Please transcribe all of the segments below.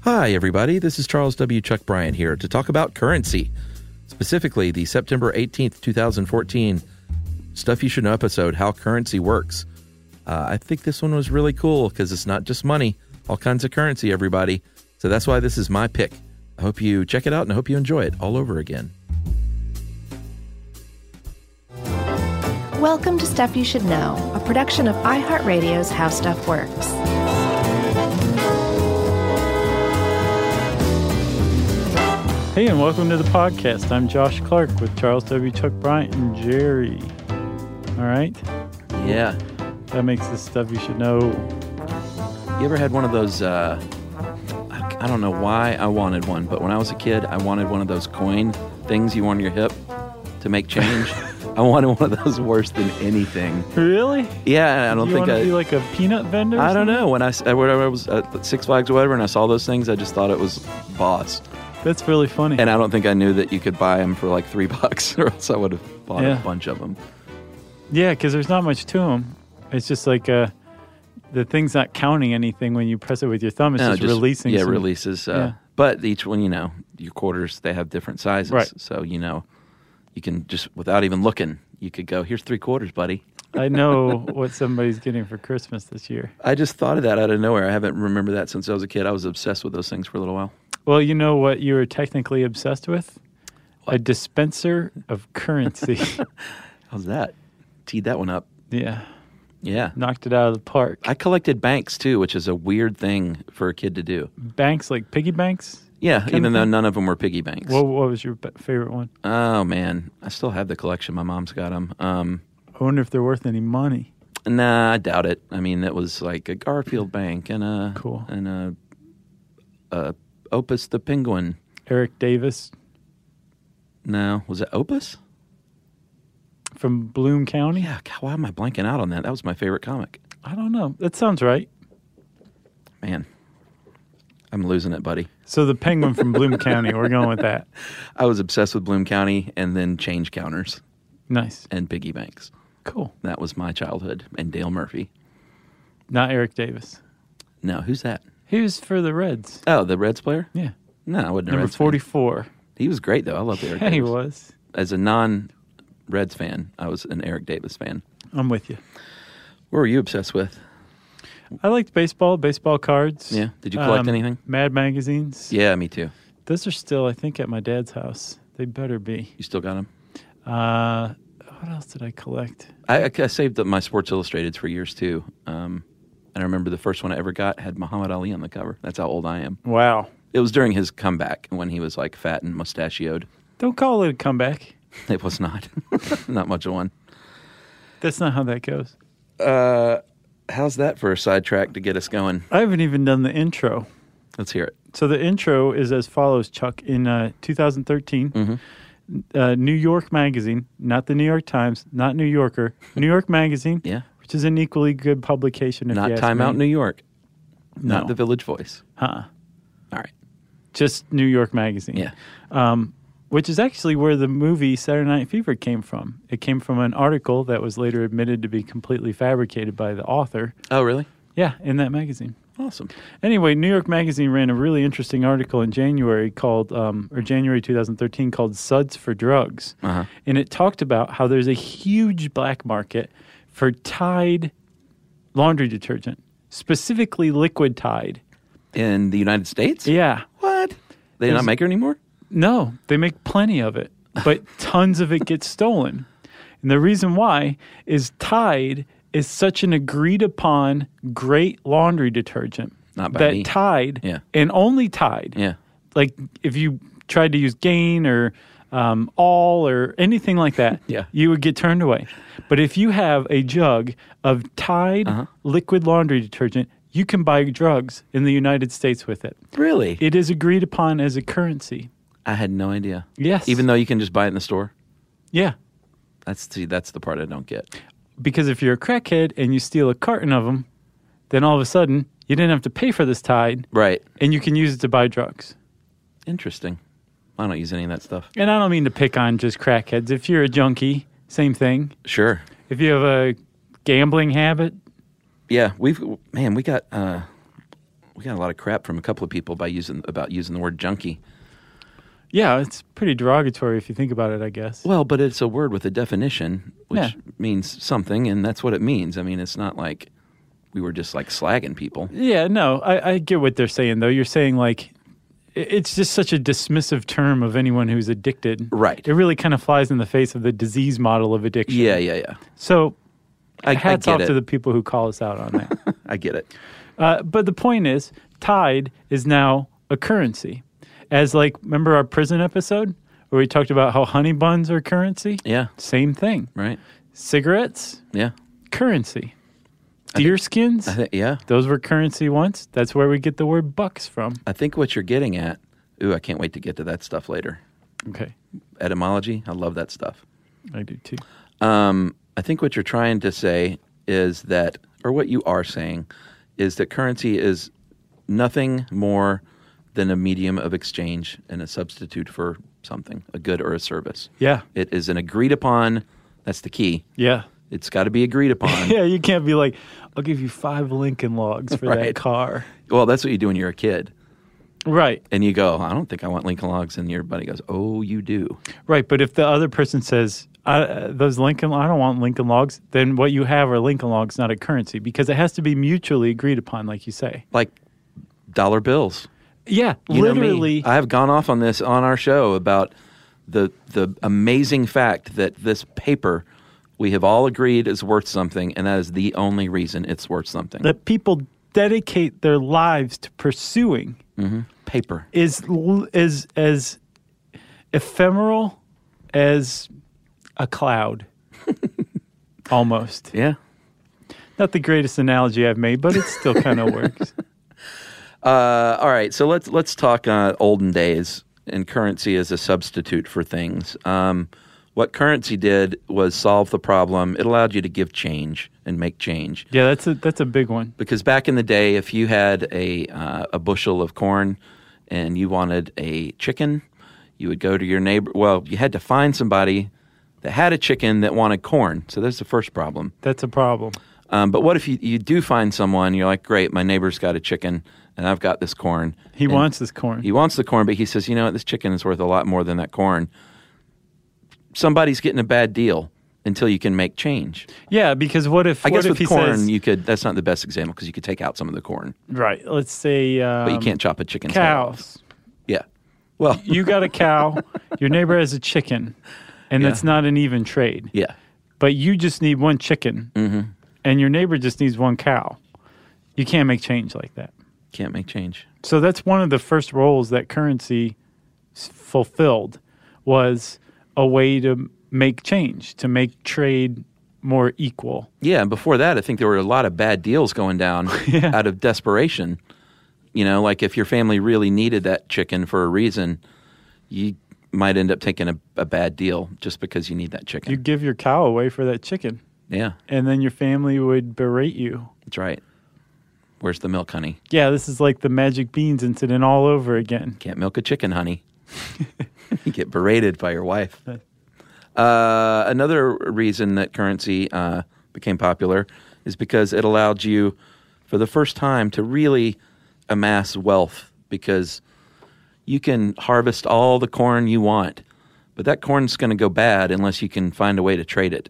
Hi, everybody. This is Charles W. Chuck Bryan here to talk about currency, specifically the September 18th, 2014 Stuff You Should Know episode How Currency Works. Uh, I think this one was really cool because it's not just money, all kinds of currency, everybody. So that's why this is my pick. I hope you check it out and I hope you enjoy it all over again. Welcome to Stuff You Should Know, a production of iHeartRadio's How Stuff Works. Hey, and welcome to the podcast. I'm Josh Clark with Charles W. Chuck Bryant and Jerry. All right, Yeah. that makes this stuff you should know. You ever had one of those? Uh, I I don't know why I wanted one, but when I was a kid, I wanted one of those coin things you wore on your hip to make change. I wanted one of those worse than anything. Really? Yeah, I don't you think want to I. be like a peanut vendor? or I don't something? know. When I, s- uh, when I was at Six Flags or whatever, and I saw those things, I just thought it was boss. That's really funny. And I don't think I knew that you could buy them for like three bucks, or else I would have bought Yeah. a bunch of them. Yeah, because there's not much to them. It's just like uh, the thing's not counting anything when you press it with your thumb. It's No, just, releasing. Yeah, some- releases. Uh, yeah. But each one, you know, your quarters, they have different sizes. Right. So, you know, you can just, without even looking, you could go, here's three quarters, buddy. I know what somebody's getting for Christmas this year. I just thought of that out of nowhere. I haven't remembered that since I was a kid. I was obsessed with those things for a little while. Well, you know what you were technically obsessed with? A What? dispenser of currency. How's that? Teed that one up. yeah, Yeah. knocked it out of the park. I collected banks too, which is a weird thing for a kid to do. banks like piggy banks. Yeah, of even though thing? none of them were piggy banks. What, what was your b- favorite one? oh man, I still have the collection. My mom's got them. Um, I wonder if they're worth any money. Nah, I doubt it. I mean, that was like a Garfield Bank and a Mm. Cool. and a, a Opus the Penguin. Eric Davis No, was it Opus? from Bloom County. Yeah. God, why am I blanking out on that? That was my favorite comic. I don't know. That sounds right. Man, I'm losing it, buddy. So the penguin from Bloom County. We're going with that. I was obsessed with Bloom County and then change counters Nice. and piggy banks. Cool. That was my childhood. And Dale Murphy. Not Eric Davis. No, who's that? He was for the Reds. Oh, the Reds player. Yeah. No, I wasn't. a Number Reds fan. 44. He was great though. I loved Eric. Yeah, he Davis. was. As a non-Reds fan, I was an Eric Davis fan. I'm with you. What were you obsessed with? I liked baseball, baseball cards. Um, Yeah. Did you collect anything? Mad magazines. Yeah, me too. Those are still, I think, at my dad's house. They better be. You still got them? Uh, what else did I collect? I, I, I saved up my Sports Illustrateds for years too. Um, and I remember the first one I ever got had Muhammad Ali on the cover. That's how old I am. Wow. It was during his comeback when he was like fat and mustachioed. Don't call it a comeback. It was not, not much of one. That's not how that goes. How's that for a sidetrack to get us going? I haven't even done the intro. Let's hear it. So the intro is as follows, Chuck. In uh, 2013, Mm-hmm. uh, New York Magazine, not the New York Times, not New Yorker, New York Magazine, Yeah. which is an equally good publication. If Not you ask Time me. Out New York. No. Not the Village Voice. huh? All right. Just New York Magazine. Yeah. which is actually where the movie Saturday Night Fever came from. It came from an article that was later admitted to be completely fabricated by the author. Oh, really? Yeah, in that magazine. Awesome. Anyway, New York Magazine ran a really interesting article in January called, um, or January 2013, called Suds for Drugs. Uh-huh. And it talked about how there's a huge black market for Tide laundry detergent, specifically liquid Tide. In the United States? Yeah. What? They There's- not make her anymore? No, they make plenty of it, but tons of it gets stolen. And the reason why is Tide is such an agreed upon great laundry detergent Not by that me. Tide Yeah. and only Tide. Yeah. Like if you tried to use Gain or um, All or anything like that, Yeah. you would get turned away. But if you have a jug of Tide Uh-huh. liquid laundry detergent, you can buy drugs in the United States with it. Really? It is agreed upon as a currency. I had no idea. Yes. Even though you can just buy it in the store. Yeah. That's see, that's the part I don't get. Because if you're a crackhead and you steal a carton of them, then all of a sudden you didn't have to pay for this Tide Right. and you can use it to buy drugs. Interesting. I don't use any of that stuff. And I don't mean to pick on just crackheads. If you're a junkie, same thing. Sure. If you have a gambling habit, Yeah, we've man, we got uh we got a lot of crap from a couple of people by using about using the word junkie. yeah, it's pretty derogatory if you think about it, I guess. Well, but it's a word with a definition, which Yeah. means something, and that's what it means. I mean, it's not like we were just like slagging people. Yeah, no, I, I get what they're saying, though. You're saying, like, i- it's just such a dismissive term of anyone who's addicted. Right. It really kind of flies in the face of the disease model of addiction. Yeah, yeah, yeah. So I, I hats get off it. to the people who call us out on that. I get it. Uh, but the point is, Tide is now a currency. As like, remember our prison episode where we talked about how honey buns are currency? Yeah. Same thing. Right. Cigarettes, Yeah. currency. Deer skins, I think yeah. those were currency once. That's where we get the word bucks from. I think what you're getting at. Ooh, I can't wait to get to that stuff later. Okay, Etymology, I love that stuff. I do too. Um, I think what you're trying to say is that, or what you are saying, is that currency is nothing more than a medium of exchange and a substitute for something, a good or a service. Yeah, It is an agreed upon. That's the key. yeah. It's got to be agreed upon. Yeah, you can't be like, I'll give you five Lincoln logs for Right. that car. Well, that's what you do when you're a kid, Right, and you go, "I don't think I want Lincoln Logs," and your buddy goes, "Oh, you do." right. But if the other person says, I, uh, those Lincoln, I don't want Lincoln logs, then what you have are Lincoln logs, not a currency, because it has to be mutually agreed upon, like you say. Like dollar bills. Yeah, You know me. literally. I have gone off on this on our show about the the amazing fact that this paper we have all agreed is worth something, and that is the only reason it's worth something. that people dedicate their lives to pursuing paper. is l- is as ephemeral as a cloud almost Yeah. not the greatest analogy i've made but it still kind of works Uh, all right. So let's let's talk uh, olden days and currency as a substitute for things. Um, what currency did was solve the problem. It allowed you to give change and make change. yeah that's a that's a big one because back in the day, if you had a uh, a bushel of corn and you wanted a chicken, you would go to your neighbor. Well, you had to find somebody that had a chicken that wanted corn. So that's the first problem. that's a problem Um, but what if you, you do find someone? You're like, great, my neighbor's got a chicken, and I've got this corn. he And wants this corn he wants the corn, but he says, you know what, this chicken is worth a lot more than that corn. Somebody's getting a bad deal until you can make change. yeah because what if I what guess if with he corn, says you could. That's not the best example because you could take out some of the corn. right let's say um, But you can't chop a chicken's head off. cows Yeah. Well, you got a cow your neighbor has a chicken and that's not an even trade yeah. Mm-hmm. but you just need one chicken and your neighbor just needs one cow. You can't make change like that. Can't make change. So that's one of the first roles that currency s- fulfilled was a way to make change, to make trade more equal. Yeah. And before that, I think there were a lot of bad deals going down out of desperation. You know, like if your family really needed that chicken for a reason, you might end up taking a, a bad deal just because you need that You chicken. give your cow away for that chicken yeah. and then your family would berate you. That's right. Where's the milk, honey? Yeah, this is like the magic beans incident all over again. Can't milk a chicken, honey. you get berated by your wife. Uh, another reason that currency uh, became popular is because it allowed you, for the first time, to really amass wealth because you can harvest all the corn you want, but that corn's going to go bad unless you can find a way to trade it.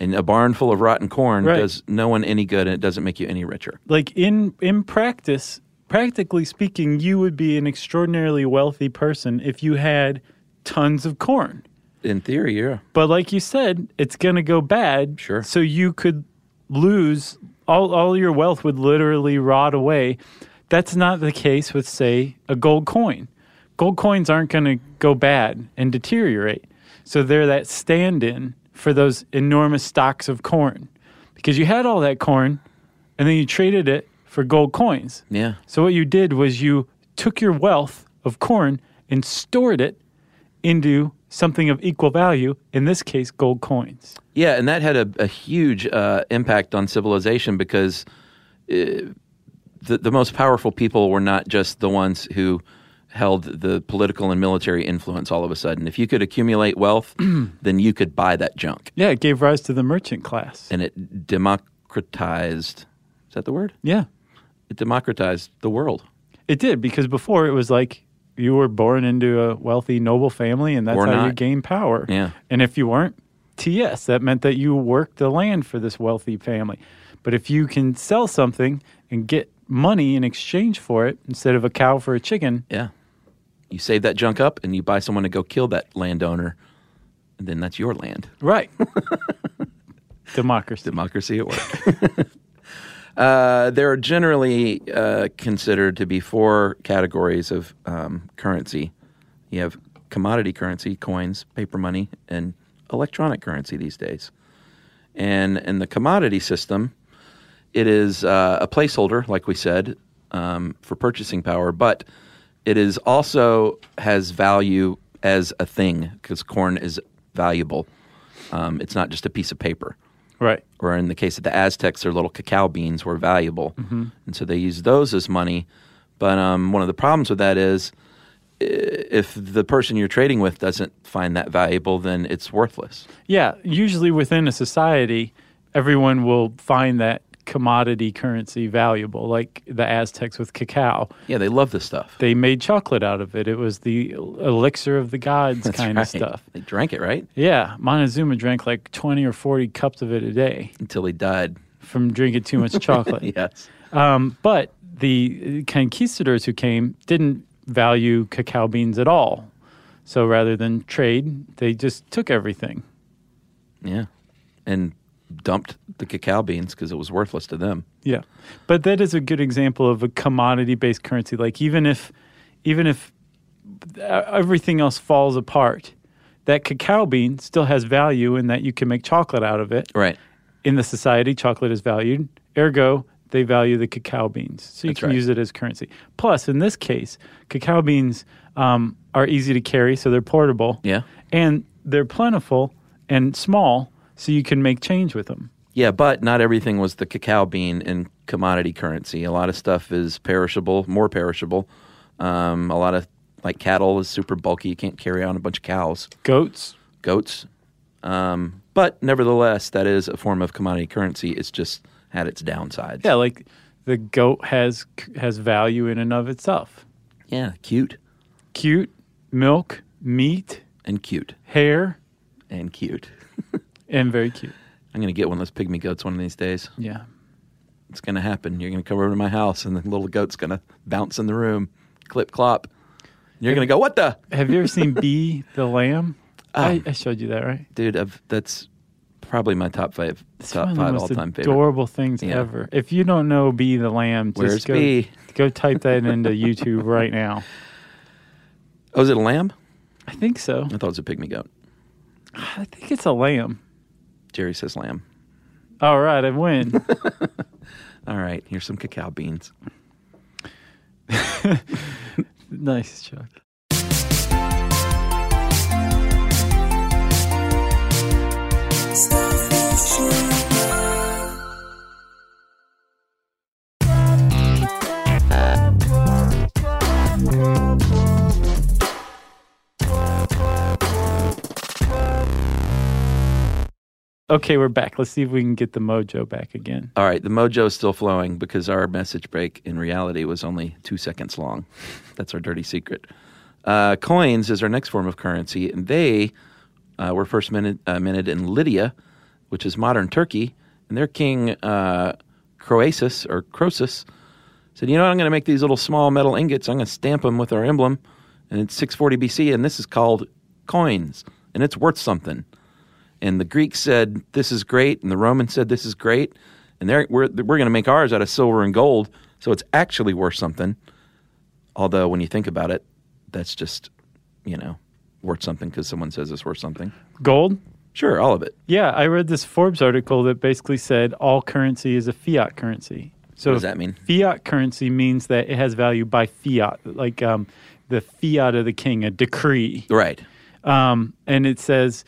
And a barn full of rotten corn Right. does no one any good and it doesn't make you any richer. Like in in practice, practically speaking, you would be an extraordinarily wealthy person if you had tons of corn. In theory, yeah. But like you said, it's going to go bad. Sure. So you could lose all all your wealth would literally rot away. That's not the case with say a gold coin. Gold coins aren't going to go bad and deteriorate. So they're that stand-in for those enormous stocks of corn because you had all that corn and then you traded it for gold coins. Yeah. So what you did was you took your wealth of corn and stored it into something of equal value, in this case gold coins. Yeah, and that had a, a huge uh, impact on civilization because uh, the, the most powerful people were not just the ones who held the political and military influence all of a sudden. If you could accumulate wealth, then you could buy that junk. Yeah, it gave rise to the merchant class. And it democratized. Is that the word? Yeah. It democratized the world. It did because before it was like you were born into a wealthy noble family and that's Or how you not. gain power. Yeah. And if you weren't TS, that meant that you worked the land for this wealthy family. But if you can sell something and get money in exchange for it instead of a cow for a chicken, Yeah. You save that junk up and you buy someone to go kill that landowner, and then that's your land. right. Democracy. democracy at work. uh, there are generally uh, considered to be four categories of um, currency. You have commodity currency, coins, paper money, and electronic currency these days. And in the commodity system, it is uh, a placeholder, like we said, um, for purchasing power, but it is also has value as a thing because corn is valuable. Um, it's not just a piece of paper right. or in the case of the Aztecs, their little cacao beans were valuable, Mm-hmm. and so they used those as money. But um, one of the problems with that is i- if the person you're trading with doesn't find that valuable, then it's worthless. Yeah, usually within a society, everyone will find that commodity currency valuable, like the Aztecs with cacao. Yeah, they love this stuff. They made chocolate out of it. It was the elixir of the gods That's kind right. of stuff. They drank it right Yeah, Montezuma drank like 20 or 40 cups of it a day until he died. from drinking too much chocolate. Yes, Um, but the conquistadors who came didn't value cacao beans at all. So rather than trade, they just took everything. yeah, and dumped the cacao beans because it was worthless to them. Yeah. But that is a good example of a commodity based currency. Like even if even if e- everything else falls apart, that cacao bean still has value in that you can make chocolate out of it. Right. In the society, chocolate is valued. Ergo, they value the cacao beans. So you That's can right. use it as currency. Plus, in this case, cacao beans um, are easy to carry, so they're portable. Yeah. And they're plentiful and small, so you can make change with them. Yeah, but not everything was the cacao bean in commodity currency. A lot of stuff is perishable, more perishable. Um, a lot of like cattle is super bulky. You can't carry on a bunch of cows, Goats, goats. Um, but nevertheless, that is a form of commodity currency. It's just had its downsides. Yeah, like the goat has has value in and of itself. Yeah, cute Cute, milk, meat, and cute hair, and cute. and very cute. I'm gonna get one of those pygmy goats one of these days. Yeah. It's gonna happen. You're gonna come over to my house, and the little goat's gonna bounce in the room, clip clop. You're gonna go, what the? Have you ever seen Bee the lamb? I, I showed you that, right? dude, I've, that's probably my top five, It's top one of the five most all time favorite. adorable things Yeah. ever. If you don't know Bee the lamb, just Where's go Bee? go type that into YouTube right now. Oh, is it a lamb? I think so. I thought it was a pygmy goat. I think it's a lamb. Jerry says lamb. All right, I win. All right, here's some cacao beans. nice, Chuck. Okay, we're back. Let's see if we can get the mojo back again. All right, the mojo is still flowing because our message break in reality was only two seconds long. That's our dirty secret. Uh, coins is our next form of currency, and they uh, were first minted, uh, minted in Lydia, which is modern Turkey, and their king uh, Croesus or Croesus said, you know, what? I'm going to make these little small metal ingots. I'm going to stamp them with our emblem, and it's 640 BC, and this is called coins, and it's worth something. And the Greeks said this is great, and the Romans said this is great, and they're, we're we're going to make ours out of silver and gold, so it's actually worth something. Although when you think about it, that's just you know worth something because someone says it's worth something. Gold? Sure, all of it. Yeah, I read this Forbes article that basically said all currency is a fiat currency. So What does that mean? Fiat currency means that it has value by fiat, like um, the fiat of the king, a decree. Right. Um, and it says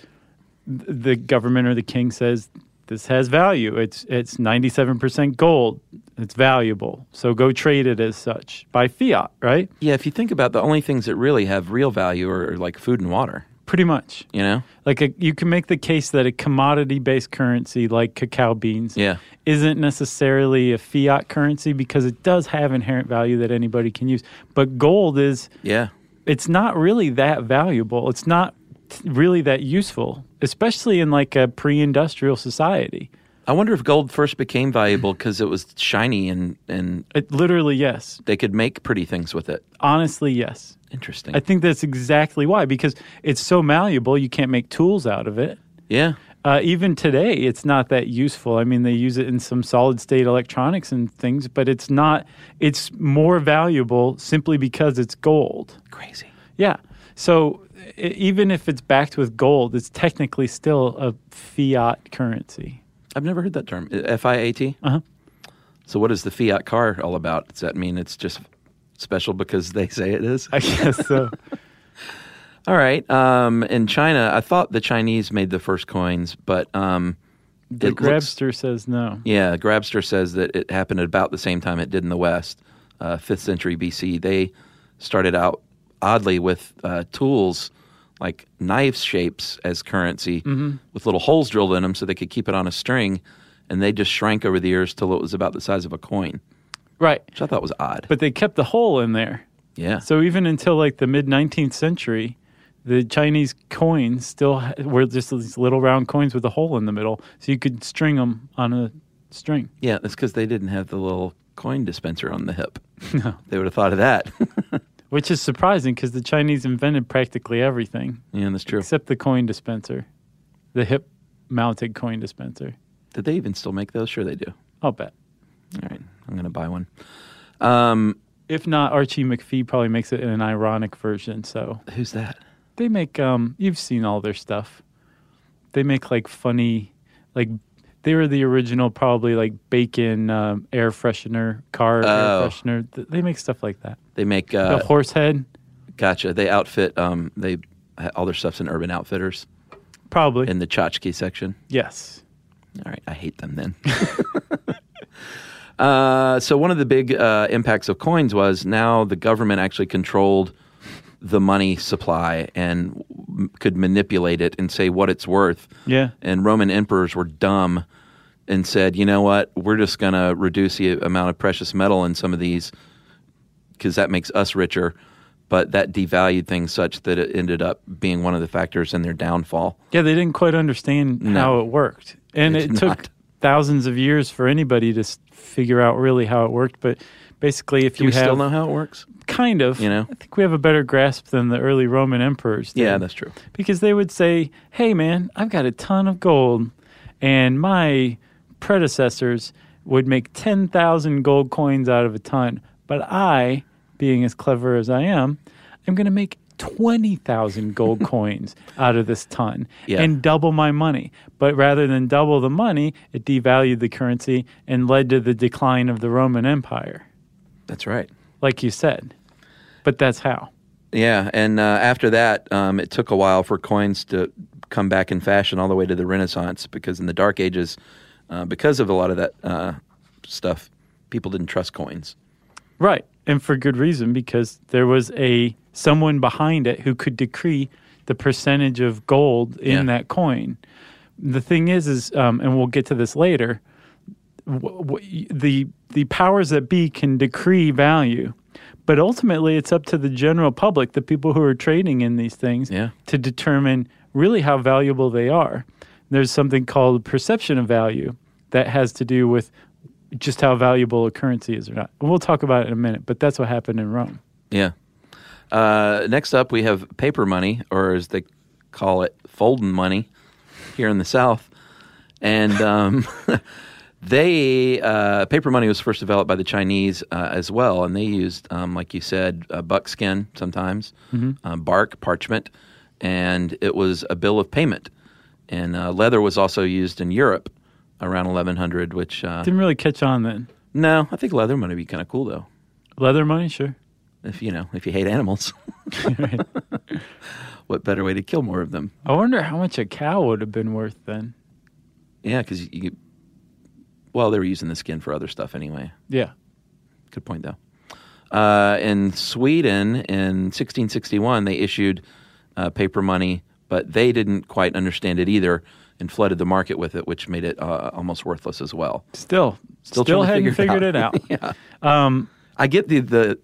th- the government or the king says this has value. It's it's 97% gold. It's valuable. So go trade it as such by fiat, right? Yeah, if you think about the only things that really have real value are, are like food and water, Pretty much. you know? Like a, you can make the case that a commodity-based currency like cacao beans Yeah. isn't necessarily a fiat currency because it does have inherent value that anybody can use. But gold is Yeah. it's not really that valuable. It's not t- really that useful, especially in like a pre-industrial society. I wonder if gold first became valuable because it was shiny and, and It literally yes. they could make pretty things with it. Honestly, yes. Interesting. I think that's exactly why because it's so malleable, you can't make tools out of it. yeah. Uh, even today, it's not that useful. I mean, they use it in some solid state electronics and things, but it's not, it's more valuable simply because it's gold. Crazy. Yeah. So e- even if it's backed with gold, it's technically still a fiat currency. I've never heard that term. F I A T? Uh-huh. So, what is the fiat car all about? Does that mean it's just special because they say it is? I guess so. All right. Um, in China, I thought the Chinese made the first coins, but um, the it looks- grabster says no. Yeah, Grabster says that it happened at about the same time it did in the West, uh, 5th century BC. They started out oddly with uh, tools like knife shapes as currency with little holes drilled in them so they could keep it on a string. And they just shrank over the years till it was about the size of a coin, Right. which I thought was odd. But they kept the hole in there. yeah. So even until like the mid 19th century, the Chinese coins still ha- were just these little round coins with a hole in the middle, so you could string them on a string. yeah, that's because they didn't have the little coin dispenser on the hip. No. They would have thought of that. Which is surprising because the Chinese invented practically everything yeah, that's true. except the coin dispenser, the hip mounted coin dispenser. Did they even still make those? Sure, they do. I'll bet. All right. I'm going to buy one. If not, Archie McPhee probably makes it in an ironic version. So Who's that? they make, um, you've seen all their stuff. They make like funny, like they were the original, probably like bacon um, air freshener, car Oh. air freshener. Th- They make stuff like that. They make uh, The horse head, Gotcha. They outfit. Um, they all their stuff's in Urban Outfitters probably. in the tchotchke section. yes. All right, I hate them then. uh, so one of the big uh, impacts of coins was now the government actually controlled the money supply and m- could manipulate it and say what it's worth. Yeah. And Roman emperors were dumb and said, you know what, we're just going to reduce the amount of precious metal in some of these because that makes us richer. But that devalued things such that it ended up being one of the factors in their downfall. Yeah, they didn't quite understand how it worked. And They it did took not. thousands of years for anybody to s- figure out really how it worked. But basically, if Do you we have still know how it works? kind of, You know? I think we have a better grasp than the early Roman emperors. did. Yeah, that's true. because they would say, "Hey, man, I've got a ton of gold," and my predecessors would make ten thousand gold coins out of a ton, but I, being as clever as I am, I'm going to make twenty thousand gold coins out of this ton Yeah. and double my money. But rather than double the money, it devalued the currency and led to the decline of the Roman Empire, That's right. like you said. But that's how. Yeah, and uh, after that, um, it took a while for coins to come back in fashion all the way to the Renaissance because in the Dark Ages, uh, because of a lot of that uh, stuff, people didn't trust coins. Right. And for good reason because there was a someone behind it who could decree the percentage of gold in Yeah. that coin. The thing is is um, and we'll get to this later w- w- the the powers that be can decree value. But ultimately it's up to the general public, the people who are trading in these things Yeah. to determine really how valuable they are. There's something called perception of value that has to do with just how valuable a currency is or not. And we'll talk about it in a minute, but that's what happened in Rome. Yeah. Uh, next up, we have paper money, or as they call it, folding money, here in the South. And um, they uh, paper money was first developed by the Chinese uh, as well, and they used, um, like you said, uh, buckskin sometimes, um, bark, parchment, and it was a bill of payment. And uh, leather was also used in Europe around 1100, which uh, Didn't really catch on then. no, I think leather money would be kind of cool though Leather money, sure. if you know if you hate animals what better way to kill more of them I wonder how much a cow would have been worth then. yeah because you, you well they were using the skin for other stuff anyway Yeah. good point though uh, in sweden in 1661 they issued uh, paper money but they didn't quite understand it either and flooded the market with it which made it uh, almost worthless as well Still, Still still, trying to hadn't figure it figured it out. out. I get the the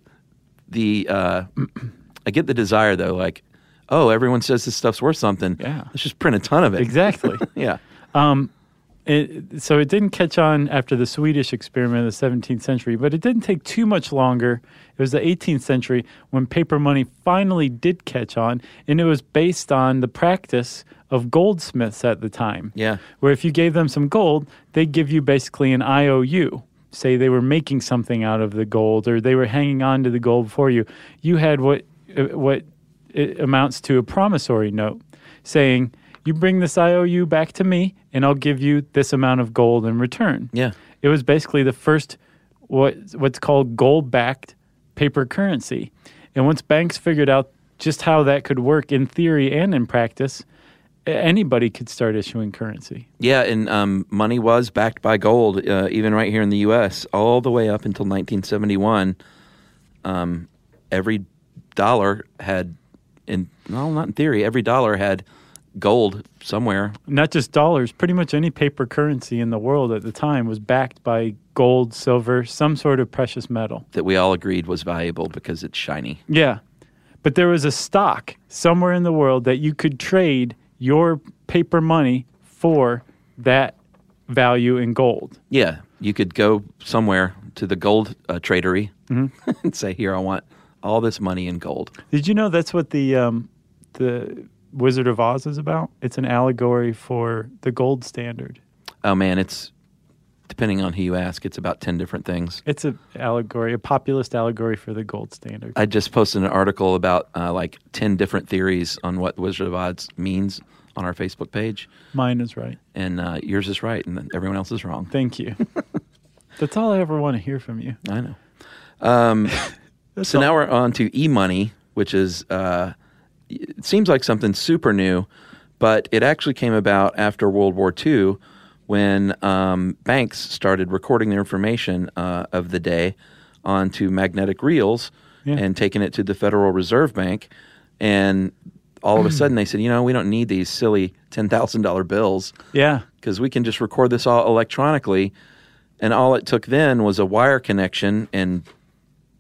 the uh, I get the desire though, like, oh, everyone says this stuff's worth something. Yeah. let's just print a ton of it. Exactly. yeah, it, so it didn't catch on after the Swedish experiment of the 17th century, but it didn't take too much longer. It was the 18th century when paper money finally did catch on, and it was based on the practice of goldsmiths at the time. Yeah. Where if you gave them some gold, they'd give you basically an IOU. Say they were making something out of the gold or they were hanging on to the gold for you. You had what, uh, what it amounts to a promissory note saying, You bring this IOU back to me, and I'll give you this amount of gold in return. yeah. It was basically the first what, what's called gold backed paper currency. And once banks figured out just how that could work in theory and in practice, a- anybody could start issuing currency. Yeah, and um, money was backed by gold, uh, even right here in the U.S., all the way up until 1971. Um, every dollar had, in well, not in theory, every dollar had gold somewhere. Not just dollars, pretty much any paper currency in the world at the time was backed by gold, silver, some sort of precious metal. That we all agreed was valuable because it's shiny. Yeah. But there was a stock somewhere in the world that you could trade your paper money for that value in gold. Yeah, you could go somewhere to the gold uh, tradery and say, "Here, I want all this money in gold." Did you know that's what the um, the Wizard of Oz is about? It's an allegory for the gold standard. Oh man, it's depending on who you ask, it's about ten different things. It's an allegory, a populist allegory for the gold standard. I just posted an article about uh, like ten different theories on what Wizard of Oz means on our Facebook page, Mine is right. and uh, yours is right, and everyone else is wrong. Thank you. that's all I ever want to hear from you. I know. Um, so now we're on to e money, which is uh, it seems like something super new, but it actually came about after World War II when um, banks started recording their information uh, of the day onto magnetic reels Yeah. and taking it to the Federal Reserve Bank. And all of a sudden they said, you know, we don't need these silly $10,000 bills Yeah. because we can just record this all electronically. And all it took then was a wire connection and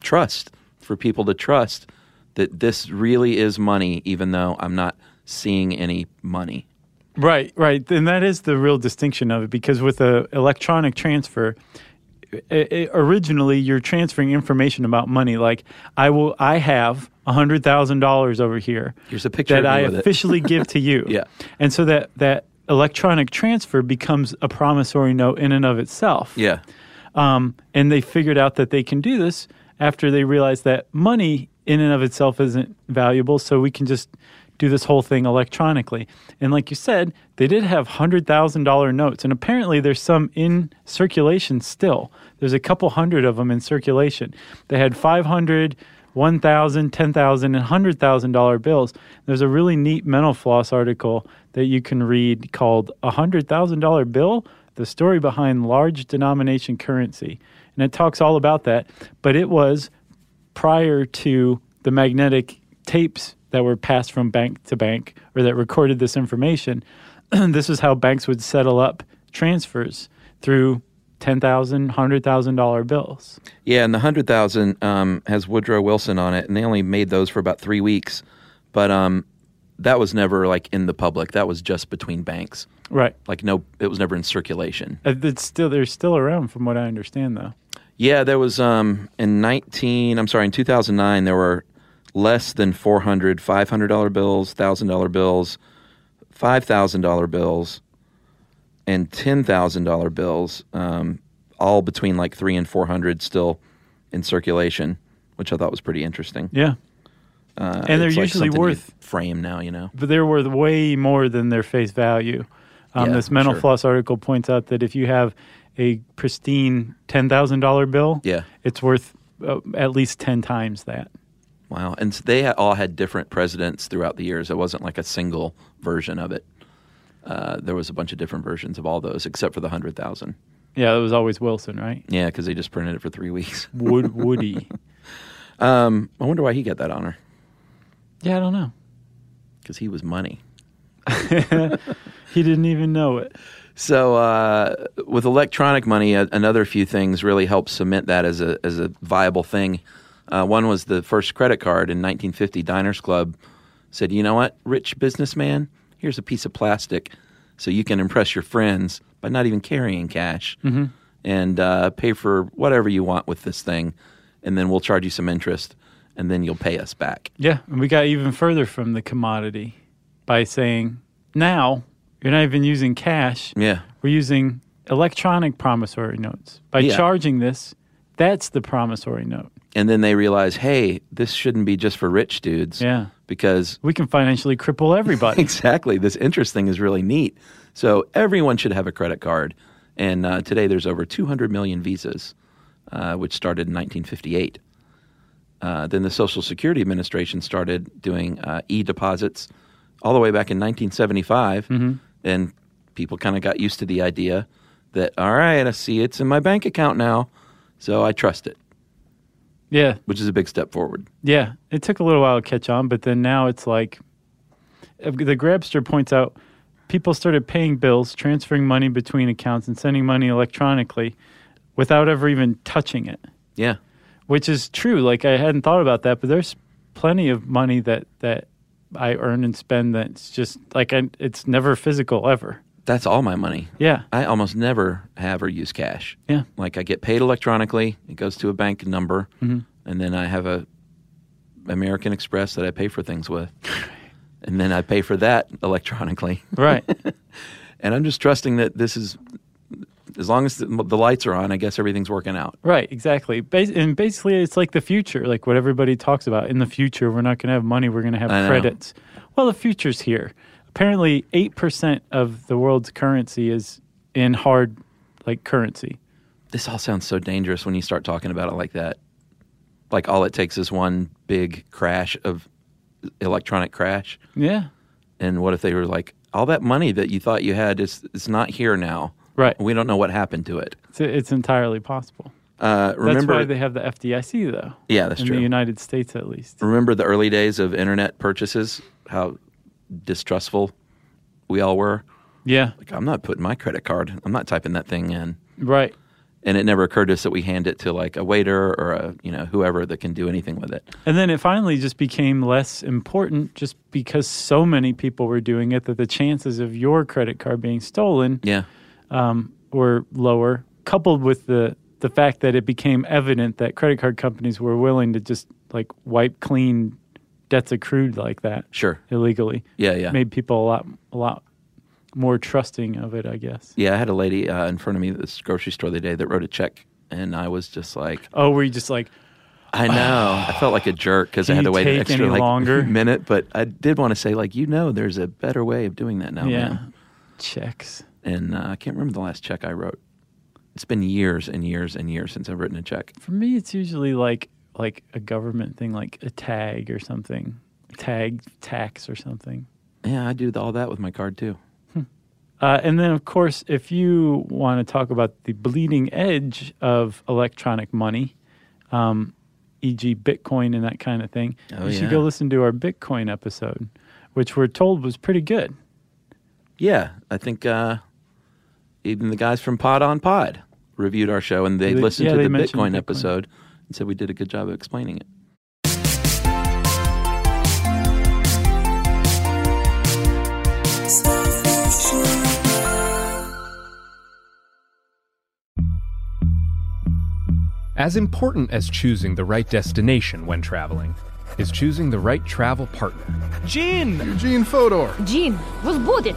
trust for people to trust that this really is money, even though I'm not seeing any money. Right, right, and that is the real distinction of it because with a electronic transfer, i i originally you're transferring information about money. Like I will, I have hundred thousand dollars over here. Here's a picture that of me I with it. officially give to you. Yeah. and so that that electronic transfer becomes a promissory note in and of itself. Yeah. and they figured out that they can do this after they realized that money in and of itself isn't valuable so we can just do this whole thing electronically and like you said they did have $100000 notes and apparently there's some in circulation still there's a couple hundred of them in circulation they had 500 1000 10000 and $100000 bills there's a really neat mental floss article that you can read called a $100000 bill the story behind large denomination currency. And it talks all about that, but it was prior to the magnetic tapes that were passed from bank to bank or that recorded this information. this is how banks would settle up transfers through $10,000, $100,000 bills. Yeah. And the 100,000 um, has Woodrow Wilson on it, and they only made those for about three weeks. But um, that was never like in the public. That was just between banks. Right. Like no, it was never in circulation. Uh, It's still they're still around from what I understand though. Yeah, there was um in 19, I'm sorry, in 2009 there were less than 400 $500 bills, $1000 bills, $5000 bills and $10,000 bills um all between like 3 and 400 still in circulation, which I thought was pretty interesting. Yeah. and they're Uh, It's like usually something worth you'd frame now, you know. but they're worth way more than their face value. Um, Yeah, this mental sure. floss article points out that if you have a pristine ten thousand dollar bill, Yeah. it's worth uh, at least ten times that. Wow. And s- they ha- all had different presidents throughout the years. It wasn't like a single version of it. Uh, there was a bunch of different versions of all those, except for the 100,000. Yeah, it was always Wilson, right? Yeah, because they just printed it for three weeks. Wood Woody. I wonder why he got that honor, yeah, I don't know. because he was money. He didn't even know it. So, uh, with electronic money, a, another few things really helped cement that as a as a viable thing. Uh, one was the first credit card in 1950. Diners Club said, "You know what, rich businessman? Here's a piece of plastic, so you can impress your friends by not even carrying cash, and uh, pay for whatever you want with this thing, and then we'll charge you some interest, and then you'll pay us back." Yeah, and we got even further from the commodity by saying now you're not even using cash. Yeah, We're using electronic promissory notes. By Yeah. charging this, that's the promissory note. and then they realize, "Hey, this shouldn't be just for rich dudes." Yeah. because We can financially cripple everybody. Exactly. This interest thing is really neat. So everyone should have a credit card. And uh, today there's over 200 million visas, uh, which started in 1958. Uh, then the Social Security Administration started doing uh, e deposits all the way back in 1975. And people kind of got used to the idea that, all right, I see it's in my bank account now, so I trust it, yeah, which is a big step forward. yeah. It took a little while to catch on, but then now it's like uh, the Grabster points out people started paying bills, transferring money between accounts, and sending money electronically without ever even touching it. Yeah. which is true. Like I hadn't thought about that, but there's plenty of money that that I earn and spend that's just like I, it's never physical ever. That's all my money. Yeah, I almost never have or use cash. yeah, like I get paid electronically. It goes to a bank number, and then I have a American Express that I pay for things with, and then I pay for that electronically. right. And I'm just trusting that this is, as long as the, the lights are on, I guess everything's working out. Right, exactly. Bas- and basically, it's like the future, like what everybody talks about. In the future, we're not going to have money, we're going to have I know. credits. Well, the future's here. Apparently, 8% of the world's currency is in hard, like, currency. This all sounds so dangerous when you start talking about it like that. Like all it takes is one big crash of electronic crash. Yeah. And what if they were like, all that money that you thought you had is it's not here now. Right. We don't know what happened to it. It's, it's entirely possible. Uh, remember, that's why they have the FDIC, though. Yeah, that's in true. the United States, at least. remember the early days of internet purchases how distrustful we all were Yeah, like i'm not putting my credit card i'm not typing that thing in right. and it never occurred to us that we hand it to like a waiter or a you know whoever that can do anything with it And then it finally just became less important just because so many people were doing it that the chances of your credit card being stolen yeah were lower, coupled with the, the fact that it became evident that credit card companies were willing to just like wipe clean debts accrued like that sure illegally. yeah yeah Made people a lot, a lot more trusting of it, I guess. yeah i had a lady uh, in front of me at this grocery store the other day that wrote a check and i was just like Oh, were you just like, i know i felt like a jerk because i Can had to you wait an take extra any like longer? minute but i did want to say like you know there's a better way of doing that now yeah, Oh, man. checks. and uh, I can't remember the last check I wrote. It's been years and years and years since I've written a check. For me, it's usually like like a government thing, like a tag or something, tag tax or something. Yeah, I do all that with my card too. Uh, and then, of course, if you want to talk about the bleeding edge of electronic money, um, e.g., Bitcoin and that kind of thing, Oh, you yeah. should go listen to our Bitcoin episode, which we're told was pretty good. Yeah, I think uh, even the guys from Pod on Pod reviewed our show and they, They- listened yeah, to they the mentioned Bitcoin, Bitcoin. episode and said we did a good job of explaining it. As important as choosing the right destination when traveling is choosing the right travel partner. Gene! Eugene Fodor. Jean, was booted.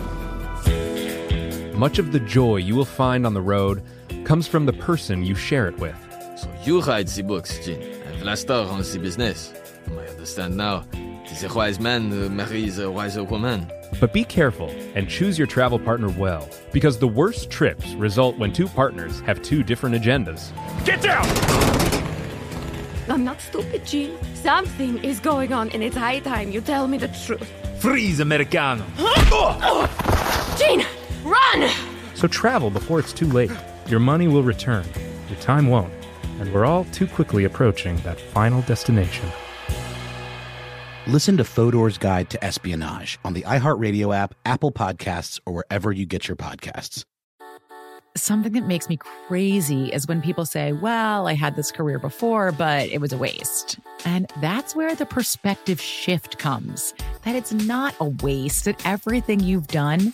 Much of the joy you will find on the road comes from the person you share it with. So you hide the books, Jin, and Vlastar on the business. I understand now. It is a wise man who marries a wiser woman. But be careful and choose your travel partner well, because the worst trips result when two partners have two different agendas. Get down! I'm not stupid, Jean. Something is going on, and it's high time you tell me the truth. Freeze, Americano! Jean, run! So travel before it's too late. Your money will return, your time won't, and we're all too quickly approaching that final destination. Listen to Fodor's Guide to Espionage on the iHeartRadio app, Apple Podcasts, or wherever you get your podcasts. Something that makes me crazy is when people say, Well, I had this career before, but it was a waste. And that's where the perspective shift comes that it's not a waste, that everything you've done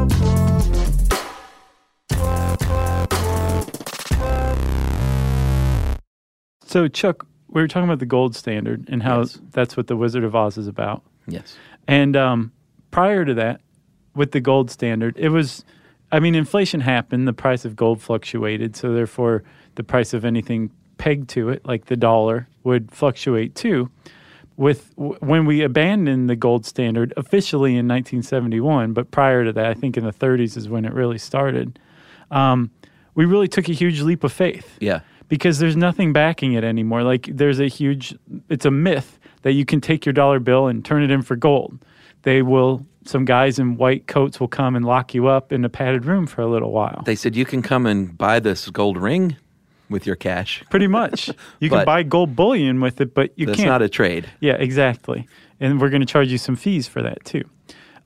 So, Chuck, we were talking about the gold standard and how that's what the Wizard of Oz is about. Yes. And um, prior to that, with the gold standard, it was, I mean, inflation happened, the price of gold fluctuated. So, therefore, the price of anything pegged to it, like the dollar, would fluctuate too. With w- when we abandoned the gold standard officially in 1971, but prior to that, I think in the 30s is when it really started. Um, we really took a huge leap of faith Yeah. because there's nothing backing it anymore. Like there's a huge, it's a myth that you can take your dollar bill and turn it in for gold. They will, some guys in white coats will come and lock you up in a padded room for a little while. They said you can come and buy this gold ring with your cash. Pretty much. You But- can buy gold bullion with it, but you That's can't. not a trade. Yeah, exactly. And we're going to charge you some fees for that too.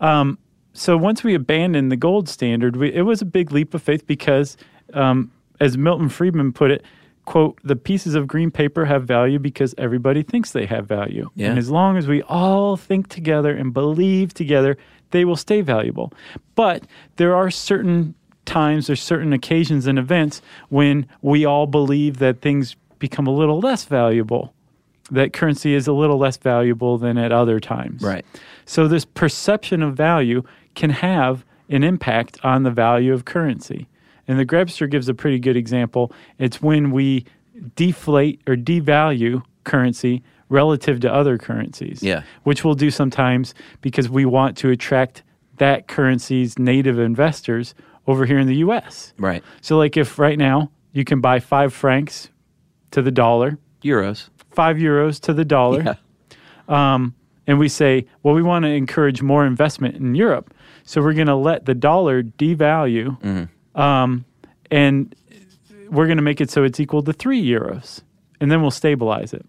Um, so once we abandoned the gold standard, we, it was a big leap of faith because, um, as Milton Friedman put it, quote, the pieces of green paper have value because everybody thinks they have value. Yeah. And as long as we all think together and believe together, they will stay valuable. But there are certain times, there's certain occasions and events when we all believe that things become a little less valuable that currency is a little less valuable than at other times. Right. So this perception of value can have an impact on the value of currency. And the Grabster gives a pretty good example. It's when we deflate or devalue currency relative to other currencies. Yeah. Which we'll do sometimes because we want to attract that currency's native investors over here in the US. Right. So like if right now you can buy 5 francs to the dollar, Euros. 5 euros to the dollar Um, Yeah. and we say, well, we want to encourage more investment in Europe. So we're going to let the dollar devalue Mm-hmm. um, and we're going to make it so it's equal to three euros and then we'll stabilize it.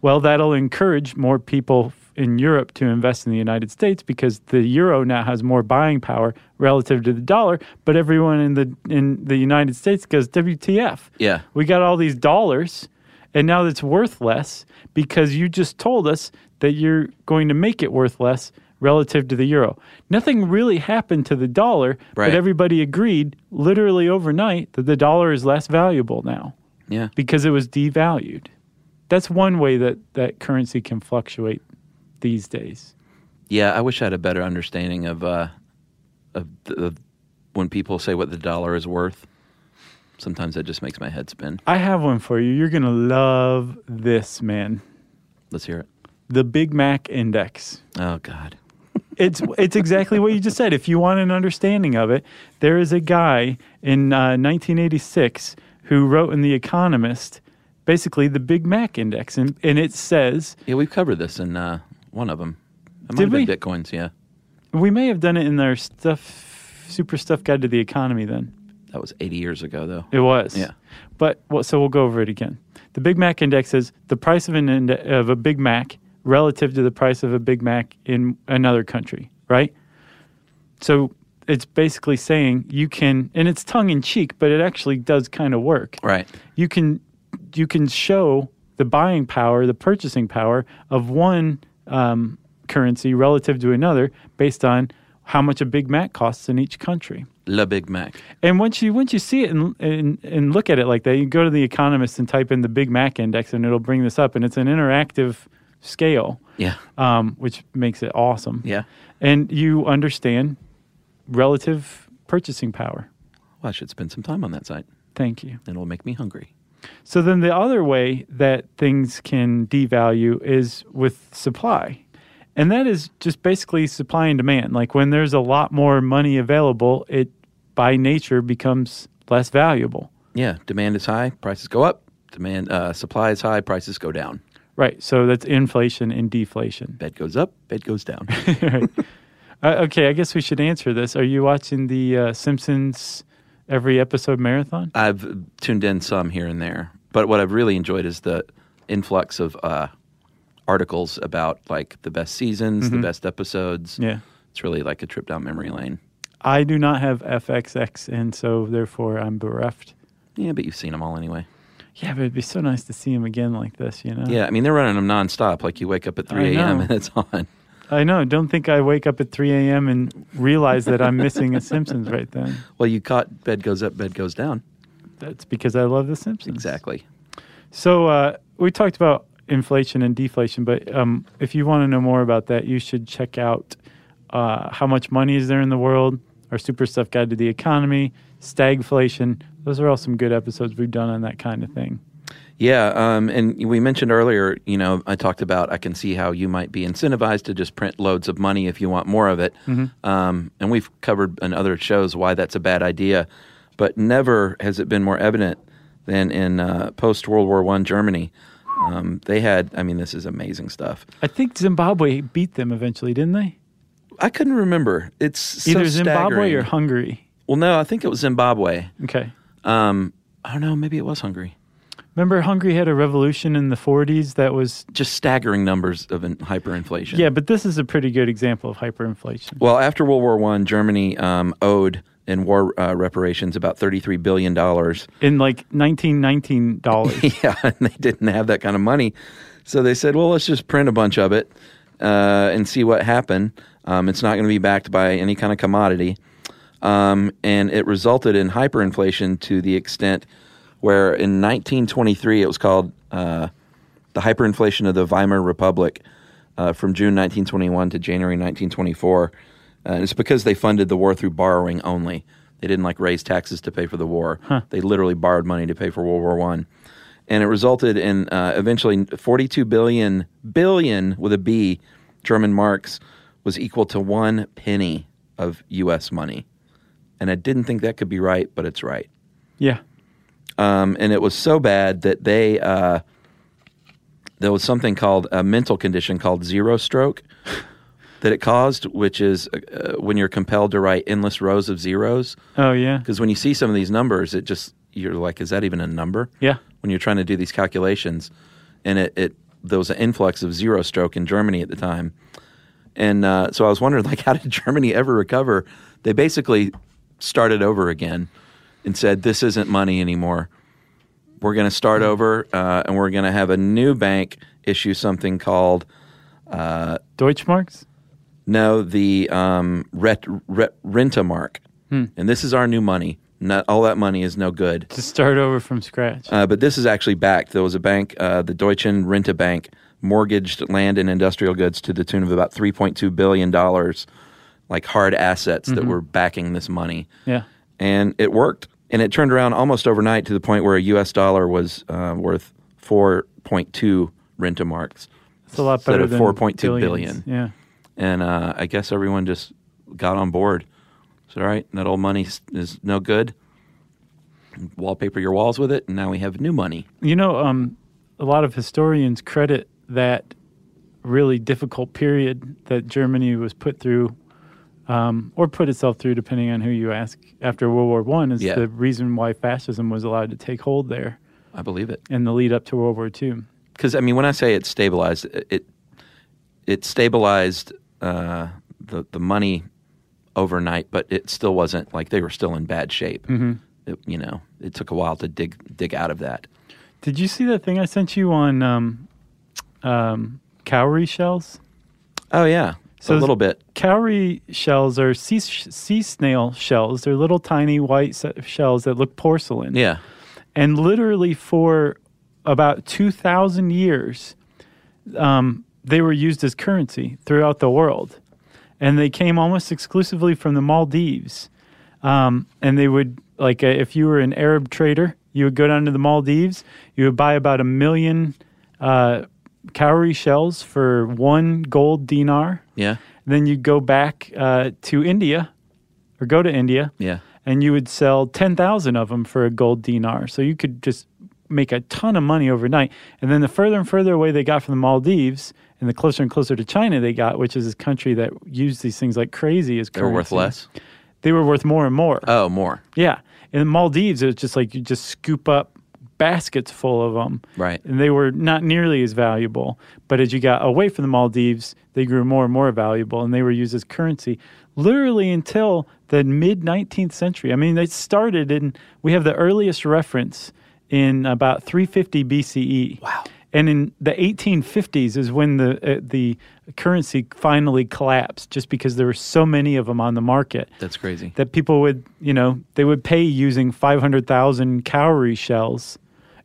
Well, that'll encourage more people in Europe to invest in the United States because the euro now has more buying power relative to the dollar, but everyone in the in the United States goes WTF. Yeah. We got all these dollars, and now it's worth less because you just told us that you're going to make it worth less relative to the euro. Nothing really happened to the dollar, Right. but everybody agreed literally overnight that the dollar is less valuable now Yeah. because it was devalued. That's one way that, that currency can fluctuate these days. Yeah, I wish I had a better understanding of uh, of, the, of when people say what the dollar is worth. Sometimes that just makes my head spin. I have one for you. You're going to love this, man. Let's hear it. The Big Mac Index. Oh God, it's it's exactly what you just said. If you want an understanding of it, there is a guy in uh, 1986 who wrote in The Economist basically the Big Mac index, and, and it says yeah, we've covered this in uh, one of them. It might Did have been we? bitcoins. Yeah, we may have done it in their stuff super stuff guide to the economy then. that was 80 years ago though. It was. Yeah. But well, so we'll go over it again. The Big Mac index is the price of an ind- of a Big Mac relative to the price of a Big Mac in another country, right? So it's basically saying you can and it's tongue in cheek, but it actually does kind of work. Right. You can you can show the buying power, the purchasing power of one um, currency relative to another based on how much a Big Mac costs in each country. La Big Mac. And once you once you see it and, and and look at it like that, you go to the Economist and type in the Big Mac Index, and it'll bring this up. And it's an interactive scale, Yeah. um, which makes it awesome. Yeah. And you understand relative purchasing power. Well, I should spend some time on that site. Thank you. It'll make me hungry. So then the other way that things can devalue is with supply. And that is just basically supply and demand. Like when there's a lot more money available, it by nature becomes less valuable. Yeah, demand is high, prices go up. Demand uh, supply is high, prices go down. Right. So that's inflation and deflation. Bed goes up, bed goes down. Right. uh, okay, I guess we should answer this. Are you watching the uh, Simpsons every episode marathon? I've tuned in some here and there, but what I've really enjoyed is the influx of uh, articles about like the best seasons, Mhm. the best episodes. Yeah. it's really like a trip down memory lane. I do not have FXX, and so therefore I'm bereft. Yeah, but you've seen them all anyway. Yeah, but it'd be so nice to see him again like this, you know? yeah, I mean they're running them nonstop. Like you wake up at I three a.m. know. and it's on. I know. Don't think I wake up at 3 a.m. and realize that I'm missing a Simpsons right then. Well, you caught bed goes up, bed goes down. That's because I love The Simpsons. Exactly. So uh, we talked about inflation and deflation, but um, if you want to know more about that, you should check out uh, how much money is there in the world, our super stuff guide to the economy, stagflation. Those are all some good episodes we've done on that kind of thing. Yeah, um, and we mentioned earlier, you know, I talked about I can see how you might be incentivized to just print loads of money if you want more of it. Mhm. Um, and we've covered in other shows why that's a bad idea, but never has it been more evident than in uh, post World War One Germany. Um, they had, I mean, this is amazing stuff. I think Zimbabwe beat them eventually, didn't they? I couldn't remember. It's so Either Zimbabwe staggering. or Hungary. well, no, I think it was Zimbabwe. Okay. Um, I don't know, maybe it was Hungary. Remember, Hungary had a revolution in the 40s that was. Just staggering numbers of in- hyperinflation. Yeah, but this is a pretty good example of hyperinflation. Well, after World War One, Germany um, owed in war uh, reparations about thirty-three billion dollars. In like 1919 dollars. yeah, and they didn't have that kind of money, so they said, "Well, let's just print a bunch of it uh, and see what happened." Um, it's not going to be backed by any kind of commodity, um, and it resulted in hyperinflation to the extent where, in 1923, it was called uh, the hyperinflation of the Weimar Republic uh, from June 1921 to January 1924. Uh, and it's because they funded the war through borrowing only. They didn't like raise taxes to pay for the war. They literally borrowed money to pay for World War One, and it resulted in uh, eventually 42 billion billion with a B German marks was equal to one penny of U.S. money. And I didn't think that could be right, but it's right Yeah. um, and it was so bad that they uh, there was something called a mental condition called zero stroke that it caused, which is uh, when you're compelled to write endless rows of zeros. Oh, yeah. Because when you see some of these numbers, it just you're like, is that even a number? Yeah. When you're trying to do these calculations, and it, it there was an influx of zero stroke in Germany at the time, and uh, so I was wondering like, how did Germany ever recover? They basically started over again and said, this isn't money anymore. We're going to start over, uh, and we're going to have a new bank issue something called uh, Deutschmarks. No, the um, ret, ret, Rentamark, Hmm. and this is our new money. Not all that money is no good. To start over from scratch. Uh, but this is actually backed. There was a bank, uh, the Deutschen Renta Bank, mortgaged land and industrial goods to the tune of about $3.2 billion, like hard assets that Mhm. were backing this money. Yeah. And it worked. And it turned around almost overnight to the point where a US dollar was uh, worth 4.2 renta marks. It's a lot instead better of than 4.2 billions. billion. Yeah. and uh, I guess everyone just got on board. It's all right. That old money s- is no good. Wallpaper your walls with it, and now we have new money. You know, um, a lot of historians credit that really difficult period that Germany was put through, um, or put itself through, depending on who you ask, after World War One, is Yeah. the reason why fascism was allowed to take hold there. I believe it. In the lead up to World War Two. Because I mean, when I say it stabilized, it it stabilized uh, the the money overnight, but it still wasn't like they were still in bad shape. Mhm. It, you know, it took a while to dig dig out of that. Did you see that thing I sent you on um, um, cowrie shells? Oh yeah, a little bit. Cowrie shells are sea, sh- sea snail shells. They're little tiny white se- shells that look porcelain. Yeah. And literally for about 2,000 years, um, they were used as currency throughout the world. And they came almost exclusively from the Maldives. Um, and they would, like, uh, if you were an Arab trader, you would go down to the Maldives, you would buy about a million uh, cowrie shells for one gold dinar. Yeah, Then you go back uh, to India or go to India yeah. and you would sell 10,000 of them for a gold dinar. So you could just make a ton of money overnight. And then the further and further away they got from the Maldives and the closer and closer to China they got, which is this country that used these things like crazy as They were worth currency, less. They were worth more and more. Oh, more. Yeah. In the Maldives, it was just like you just scoop up baskets full of them. Right. And they were not nearly as valuable. But as you got away from the Maldives, they grew more and more valuable and they were used as currency literally until the mid 19th century. I mean, they started in, we have the earliest reference in about 350 BCE. Wow. E. And in the 1850s is when the uh, the currency finally collapsed, just because there were so many of them on the market That's crazy. that people would, you know, they would pay using 500,000 cowrie shells.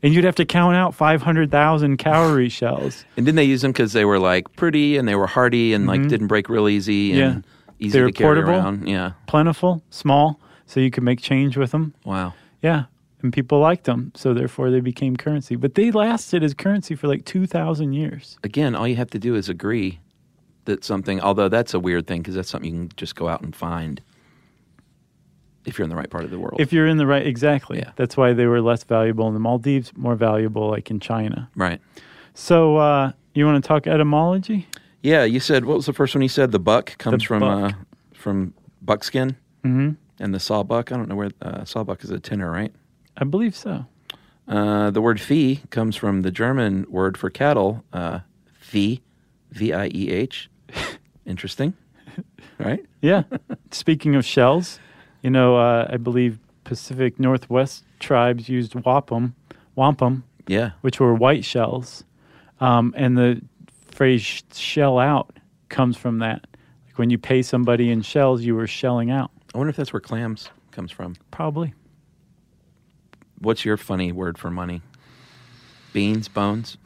And you'd have to count out 500,000 cowrie shells. And didn't they use them because they were like pretty and they were hardy and like Mhm. didn't break real easy and Yeah. easy They were to carry portable. around? Yeah. Plentiful, small, so you could make change with them. Wow. Yeah. And people liked them, so therefore they became currency. But they lasted as currency for like 2,000 years. Again, all you have to do is agree that something. Although that's a weird thing because that's something you can just go out and find if you're in the right part of the world. If you're in the right, exactly. That's why they were less valuable in the Maldives, more valuable like in China. right. So uh, you want to talk etymology? Yeah. You said what was the first one you said? The buck comes from buck. Uh, from buckskin Mm-hmm. and the sawbuck. I don't know where uh, sawbuck is a tenor, right? I believe so. Uh, the word fee comes from the German word for cattle, uh, fee, V I E H. Interesting, right? Yeah. Speaking of shells, you know, uh, I believe Pacific Northwest tribes used wampum, wampum, Yeah. which were white shells, um, and the phrase sh- "shell out" comes from that. Like when you pay somebody in shells, you were shelling out. I wonder if that's where clams comes from. Probably What's your funny word for money? Beans, bones,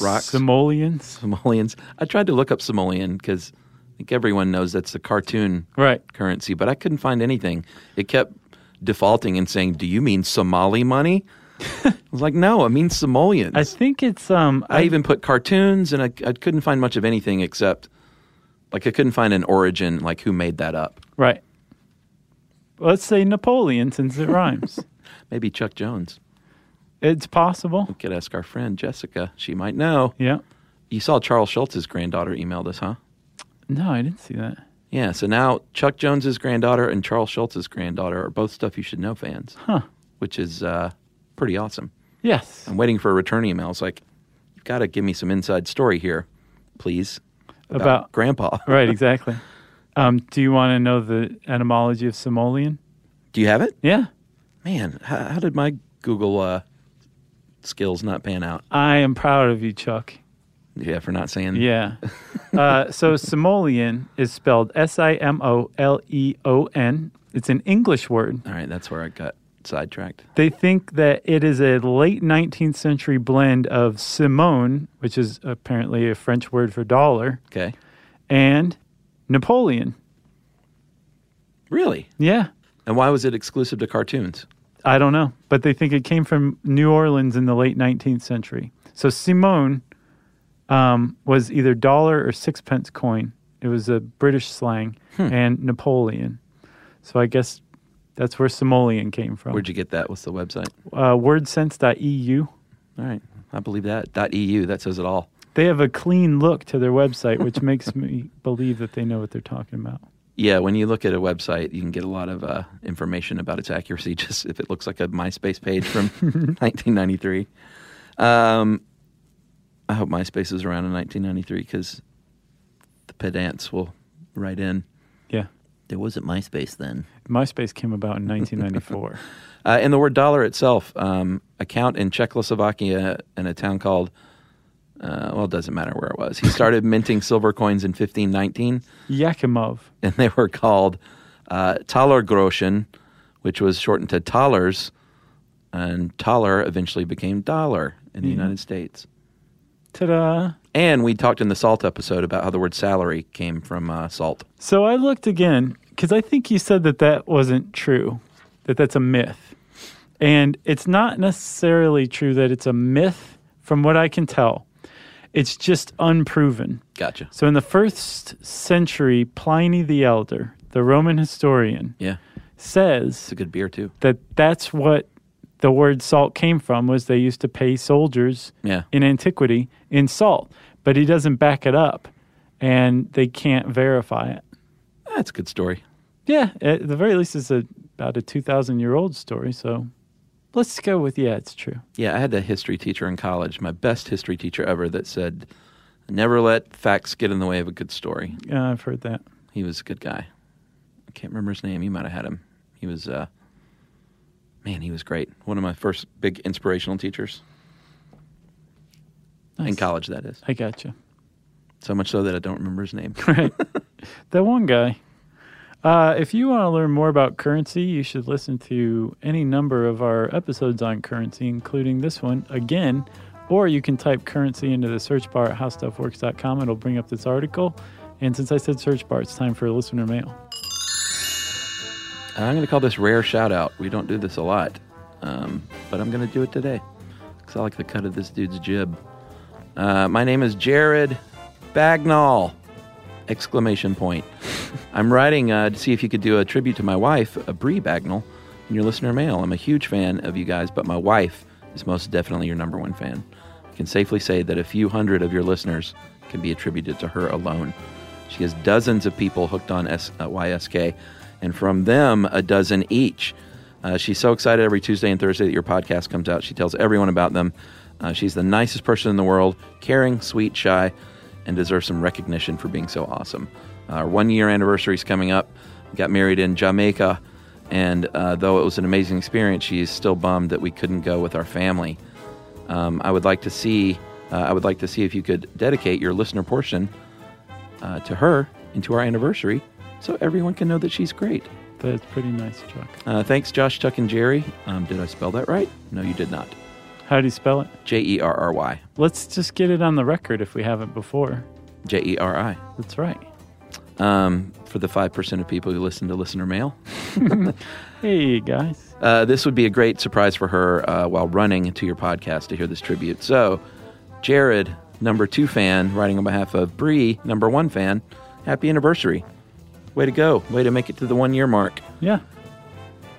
rocks, simoleons. simoleons. I tried to look up simoleon because I think everyone knows that's the cartoon Right. currency, but I couldn't find anything. It kept defaulting and saying, "Do you mean Somali money?" I was like, "No, I mean simoleons." I think it's um. I even put cartoons, and I, I couldn't find much of anything except, like, I couldn't find an origin, like who made that up. right. Let's say Napoleon since it rhymes. Maybe Chuck Jones. it's possible. We could ask our friend Jessica; she might know. Yeah. You saw Charles Schultz's granddaughter emailed us, huh? No, I didn't see that. Yeah. So now Chuck Jones's granddaughter and Charles Schultz's granddaughter are both stuff you should know fans, Huh. which is uh, pretty awesome. Yes. I'm waiting for a return email. It's like, you've got to give me some inside story here, please, about, About- Grandpa. right, exactly. Um, do you want to know the etymology of simoleon? Do you have it? Yeah. Man, how, how did my Google uh, skills not pan out? I am proud of you, Chuck. Yeah, for not saying. Yeah. Uh, so simoleon is spelled S I M O L E O N. It's an English word. All right, that's where I got sidetracked. They think that it is a late 19th century blend of Simone, which is apparently a French word for dollar, Okay. and Napoleon. Really? Yeah. And why was it exclusive to cartoons? I don't know, but they think it came from New Orleans in the late 19th century. So Simone um, was either dollar or sixpence coin It was a British slang Hmm. and Napoleon. So I guess that's where simoleon came from. Where'd you get that? What's the website? uh, wordsense.eu. All right. I believe that. Dot .eu. That says it all. They have a clean look to their website, which makes me believe that they know what they're talking about. Yeah, when you look at a website, you can get a lot of uh, information about its accuracy just if it looks like a MySpace page from 1993. Um, I hope MySpace was around in 1993 because the pedants will write in. Yeah. There wasn't MySpace then. MySpace came about in 1994. Uh, and the word dollar itself, um, a count in Czechoslovakia in a town called, uh, well, it doesn't matter where it was. He started minting silver coins in 1519, Yakimov. and they were called uh, Talergroschen, which was shortened to Talers, and Taler eventually became dollar in the Yeah. United States. Ta da! And we talked in the salt episode about how the word salary came from uh, salt. So I looked again because I think you said that that wasn't true, that that's a myth. And it's not necessarily true that it's a myth, from what I can tell. It's just unproven. Gotcha. So in the first century, Pliny the Elder, the Roman historian, Yeah. says It's a good beer, too. that that's what the word salt came from was they used to pay soldiers Yeah. in antiquity in salt but he doesn't back it up and they can't verify it That's a good story. yeah at the very least it's a, about a 2000 year old story so let's go with yeah it's true Yeah, I had a history teacher in college, my best history teacher ever, that said, "Never let facts get in the way of a good story." yeah, i've heard that He was a good guy. I can't remember his name. You might have had him. He was, uh, man, he was great. One of my first big inspirational teachers in Nice. college. That is i got you so much so that I don't remember his name. right that one guy uh, if you want to learn more about currency, you should listen to any number of our episodes on currency, including this one again. Or you can type currency into the search bar at howstuffworks.com. It'll bring up this article. And since I said search bar, it's time for listener mail. I'm going to call this rare shout out. We don't do this a lot, um, but I'm going to do it today because I like the cut of this dude's jib. Uh, my name is Jared Bagnall! Exclamation point. I'm writing uh, to see if you could do a tribute to my wife, uh, Brie Bagnall, in your listener mail. I'm a huge fan of you guys, but my wife is most definitely your number one fan. I can safely say that a few hundred of your listeners can be attributed to her alone. She has dozens of people hooked on S- uh, YSK, and from them, a dozen each. Uh, she's so excited every Tuesday and Thursday that your podcast comes out. She tells everyone about them. Uh, she's the nicest person in the world, caring, sweet, shy, and deserves some recognition for being so awesome. Our one year anniversary is coming up. We got married in Jamaica, and uh, though it was an amazing experience, she is still bummed that we couldn't go with our family. Um, I would like to see. Uh, I would like to see if you could dedicate your listener portion uh, to her and to our anniversary, so everyone can know that she's great. That's pretty nice, Chuck. Uh, thanks, Josh, Chuck, and Jerry. Um, did I spell that right? No, you did not. How do you spell it? J e r r y. Let's just get it on the record if we haven't before. J e r i. That's right. Um, for the five percent of people who listen to listener mail, Hey, guys. uh, this would be a great surprise for her uh, while running to your podcast to hear this tribute. So, Jared, number two fan, writing on behalf of Bree, number one fan. Happy anniversary! Way to go! Way to make it to the one year mark. Yeah.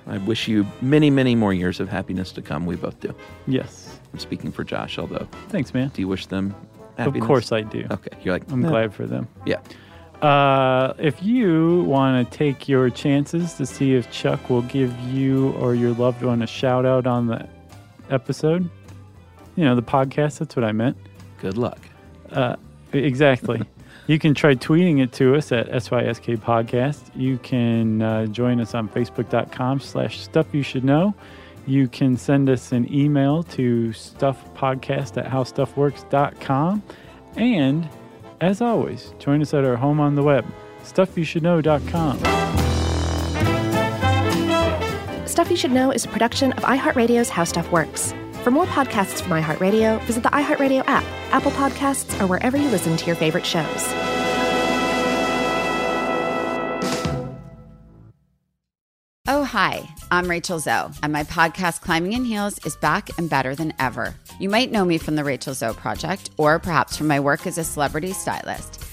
I wish you many, many more years of happiness to come. We both do. Yes. I'm speaking for Josh, although. Thanks, man. Do you wish them happiness? Of course I do. Okay. You're like, I'm "Nah." glad for them. Yeah. Uh, if you want to take your chances to see if Chuck will give you or your loved one a shout out on the episode, you know, the podcast, that's what I meant. Good luck. Uh, exactly. you can try tweeting it to us at SYSK Podcast. You can uh, join us on Facebook.com slash Stuff You Should Know. You can send us an email to stuffpodcast at howstuffworks.com. And as always, join us at our home on the web, stuffyoushouldknow.com. Stuff You Should Know is a production of iHeartRadio's How Stuff Works. For more podcasts from iHeartRadio, visit the iHeartRadio app, Apple Podcasts, or wherever you listen to your favorite shows. Oh, hi, I'm Rachel Zoe, and my podcast, Climbing in Heels, is back and better than ever. You might know me from the Rachel Zoe Project, or perhaps from my work as a celebrity stylist.